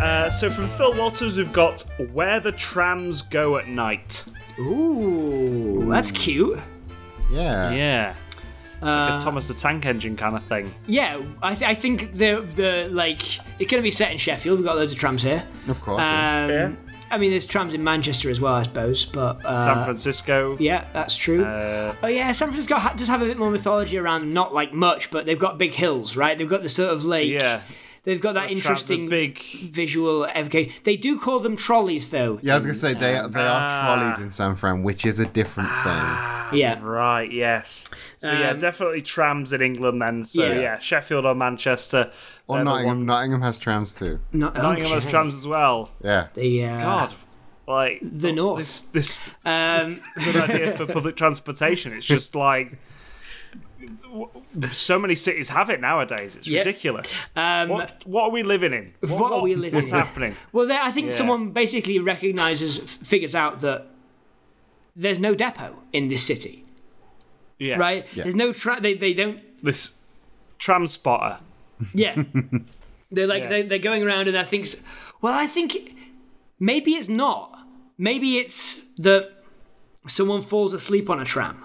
Uh, so from Phil Walters, we've got Where the Trams Go at Night. Ooh, that's cute. Yeah. Yeah. Uh, Like a Thomas the Tank Engine kind of thing. Yeah, I, th- I think the the like it's gonna be set in Sheffield. We've got loads of trams here. Of course. Uh, Um, I mean, there's trams in Manchester as well, I suppose. But uh, San Francisco. yeah, that's true. Uh, oh yeah, San Francisco ha- does have a bit more mythology around. 'em. Not like much, but they've got big hills, right? They've got the sort of lake. yeah. They've got that Tra- the interesting big. visual evocation. They do call them trolleys, though. yeah, I was gonna say they are, they are Ah. trolleys in San Fran, which is a different thing. Yeah. Right, yes. So, yeah, Um, definitely trams in England then. So, Yeah. yeah, Sheffield or Manchester. Or they're the Nottingham. ones- Nottingham has trams too. Not, Nottingham has okay. trams as well. Yeah. The, uh, God. Like The North. This this Um, good idea for public transportation. It's just like so many cities have it nowadays. It's Yeah. ridiculous. um, What, what are we living in? What are we living What's in? happening? Well, there, I think someone basically recognizes, f- figures out that there's no depot in this city, Yeah. right? There's no tra- they they don't. This tram spotter. Yeah, they're like Yeah. They, they're going around and I think, s- well, I think maybe it's not. Maybe it's that someone falls asleep on a tram,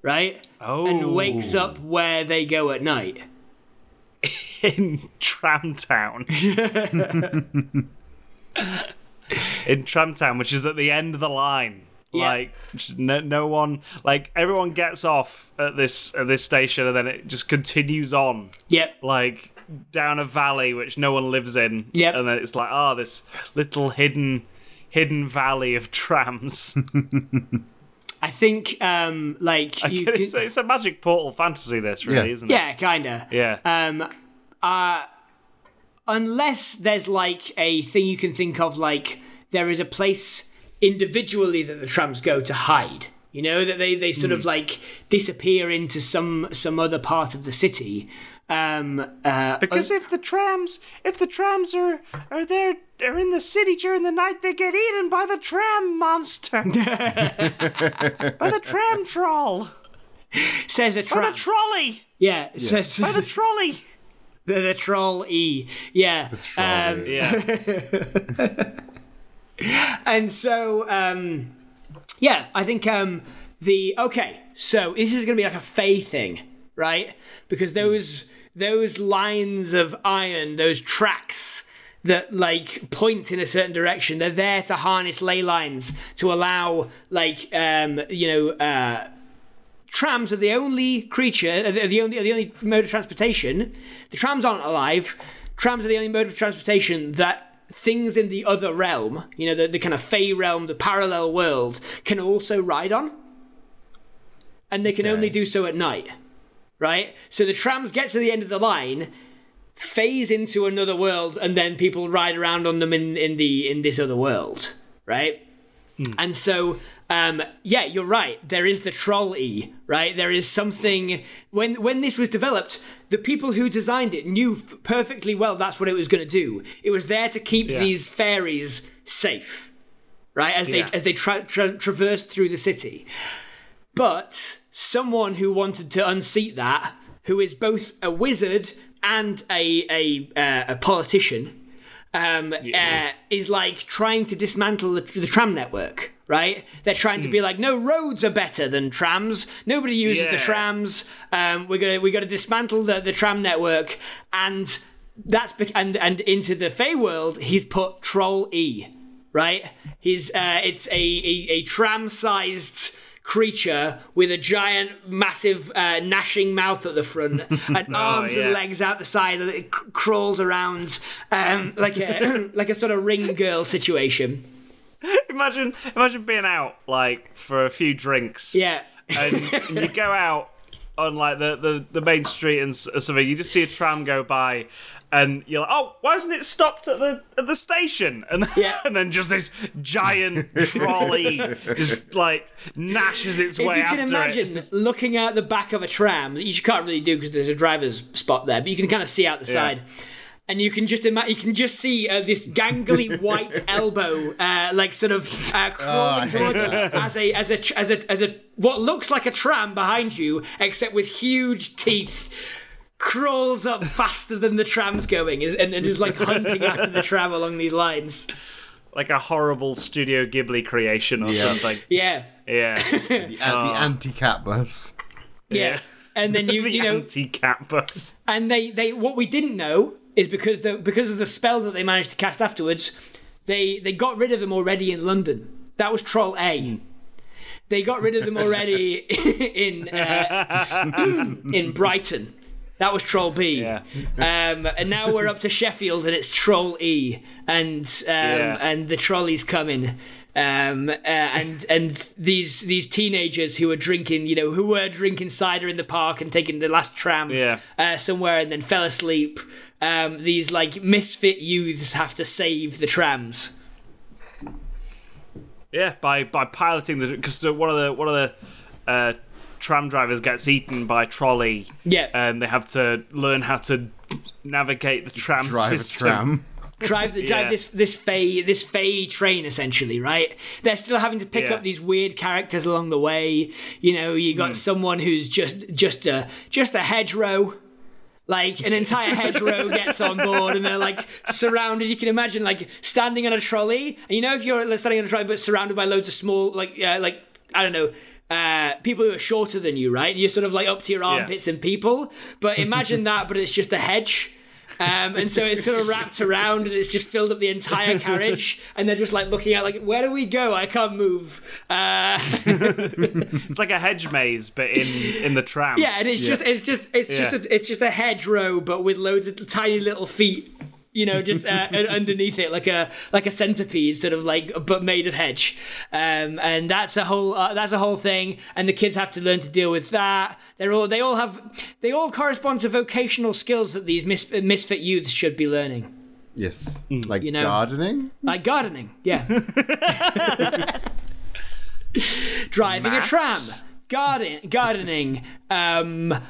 right, Oh. and wakes up where they go at night. in Tram Town. in Tram Town, which is at the end of the line. Yeah. Like just no, no one, like everyone gets off at this at this station, and then it just continues on Yep. like down a valley which no one lives in. Yep. And then it's like, ah, this little hidden hidden valley of trams. I think um like you could- it's, it's a magic portal fantasy this really, Yeah. isn't it? yeah, kinda. Yeah. Um, uh, unless there's like a thing you can think of, like there is a place individually that the trams go to hide. You know that they they sort of like disappear into some some other part of the city. Um, uh, Because if the trams, if the trams are are there are in the city during the night, they get eaten by the tram monster, by the tram troll, says a by tram. the trolley, yeah, says by the trolley. the, the troll e. Yeah. Trolley. Um, Yeah, and so um, yeah, I think um, the okay. So this is going to be like a Fey thing, right? Because those those lines of iron, those tracks that like point in a certain direction, they're there to harness ley lines to allow like um, you know. Uh, Trams are the only creature, are the are the only, are the only mode of transportation. The trams aren't alive. Trams are the only mode of transportation that things in the other realm, you know, the, the kind of fey realm, the parallel world, can also ride on. And they can only do so at night, right? So the trams get to the end of the line, phase into another world, and then people ride around on them in, in the in this other world, right? And so, um, yeah, you're right. There is the trolley, right? There is something. When when this was developed, the people who designed it knew f- perfectly well that's what it was going to do. It was there to keep these fairies safe, right? As they Yeah. as they tra- tra- traversed through the city. But someone who wanted to unseat that, who is both a wizard and a a uh, a politician, um, uh, is like trying to dismantle the, the tram network. Right? They're trying to be like, no, roads are better than trams. Nobody uses the Yeah. trams. Um, we're gonna we're gonna dismantle the, the tram network, and that's bec and and into the Fey world, he's put Troll E. Right? He's uh, it's a a, a tram sized creature with a giant, massive, uh, gnashing mouth at the front and arms and yeah. legs out the side that it c- crawls around um, like a like a sort of ring girl situation. imagine imagine being out like for a few drinks, Yeah. and, and you go out on like the, the, the main street and s- something, you just see a tram go by, and you're like, oh, why isn't it stopped at the at the station? And then, Yeah. and then just this giant trolley just like gnashes its If way you can after imagine it. looking out the back of a tram, that you just can't really do because there's a driver's spot there, but you can kind of see out the side. And you can just imagine, you can just see uh, this gangly white elbow, uh, like sort of Ah, uh, crawling I hate towards you as a as a tr- as a as a what looks like a tram behind you, except with huge teeth crawls up faster than the tram's going is, and, and is like hunting after the tram along these lines. Like a horrible Studio Ghibli creation or Yeah. something. Yeah. Yeah. The, the uh, anti-cat bus. Yeah. Yeah. And then you the you know anti-cat bus. and they they what we didn't know is because the because of the spell that they managed to cast afterwards, they they got rid of them already in London. That was Troll Hmm. A. They got rid of them already in uh, in Brighton. That was Troll B. Yeah. Um, and now we're up to Sheffield and it's Troll E. And um, Yeah. and the trolley's coming. Um, uh, and and these these teenagers who are drinking, you know, who were drinking cider in the park and taking the last tram Yeah. uh, somewhere and then fell asleep. Um, these like misfit youths have to save the trams. Yeah, by by piloting the because one of the one of the uh, tram drivers gets eaten by trolley, Yeah, and they have to learn how to navigate the tram Drive a system. tram. drive the drive yeah. this this fey this fey train essentially, right? They're still having to pick Yeah. Hmm. up these weird characters along the way. You know, you got someone who's just just a just a hedgerow. Like an entire hedgerow gets on board, and they're like surrounded. You can imagine like standing on a trolley, and you know if you're standing on a trolley but surrounded by loads of small like uh, like I don't know. Uh, people who are shorter than you, right? And you're sort of like up to your armpits and people. But imagine that, but it's just a hedge. Um, and so it's sort of wrapped around and it's just filled up the entire carriage. And they're just like looking at, like, where do we go? I can't move. Uh, It's like a hedge maze, but in in the tram. yeah, and it's just, it's just, it's just, Yeah. a, it's just a hedgerow, but with loads of tiny little feet, you know, just uh, and underneath it, like a like a centipede, sort of like, but made of hedge. Um, and that's a whole, uh, that's a whole thing. And the kids have to learn to deal with that. They're all, they all have, they all correspond to vocational skills that these mis- misfit youths should be learning, Yes. Mm. Like know- gardening. like gardening. Yeah. driving a tram, Maths. garden, gardening, um, uh,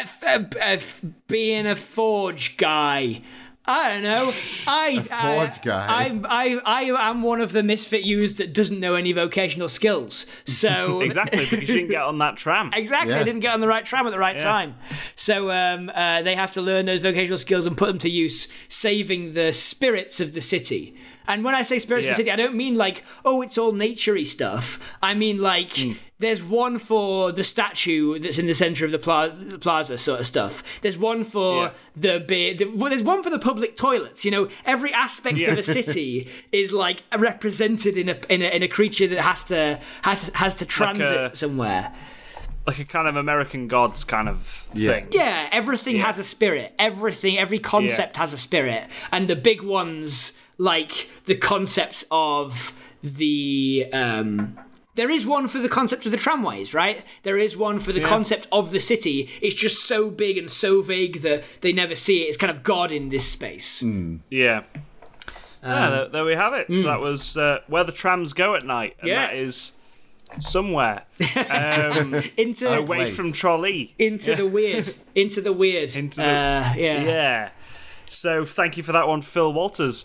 f- uh, b- uh, f- being a forge guy. I don't know. I forge I- guy. I, I I am one of the misfit youths that doesn't know any vocational skills. So exactly. Because you didn't get on that tram. Exactly. Yeah. They didn't get on the right tram at the right time. So um, uh, they have to learn those vocational skills and put them to use, saving the spirits of the city. And when I say spirits of Yeah. the city, I don't mean like, oh, it's all naturey stuff. I mean like, there's one for the statue that's in the center of the, pla- the plaza, sort of stuff. There's one for the big. The, well, there's one for the public toilets. You know, every aspect Yeah. of a city is like represented in a, in a in a creature that has to has has to transit a- somewhere. Like a kind of American Gods kind of Yeah. thing. Yeah, everything has a spirit. Everything, every concept has a spirit, and the big ones like the concept of the. Um, there is one for the concept of the tramways, right? There is one for the concept of the city. It's just so big and so vague that they never see it. It's kind of God in this space. Yeah. yeah, there, there we have it. So that was uh, where the trams go at night, and Yeah. that is somewhere um, Into away Place. from trolley. into the weird, into the weird, Into the- uh, yeah. Yeah. So thank you for that one, Phil Walters.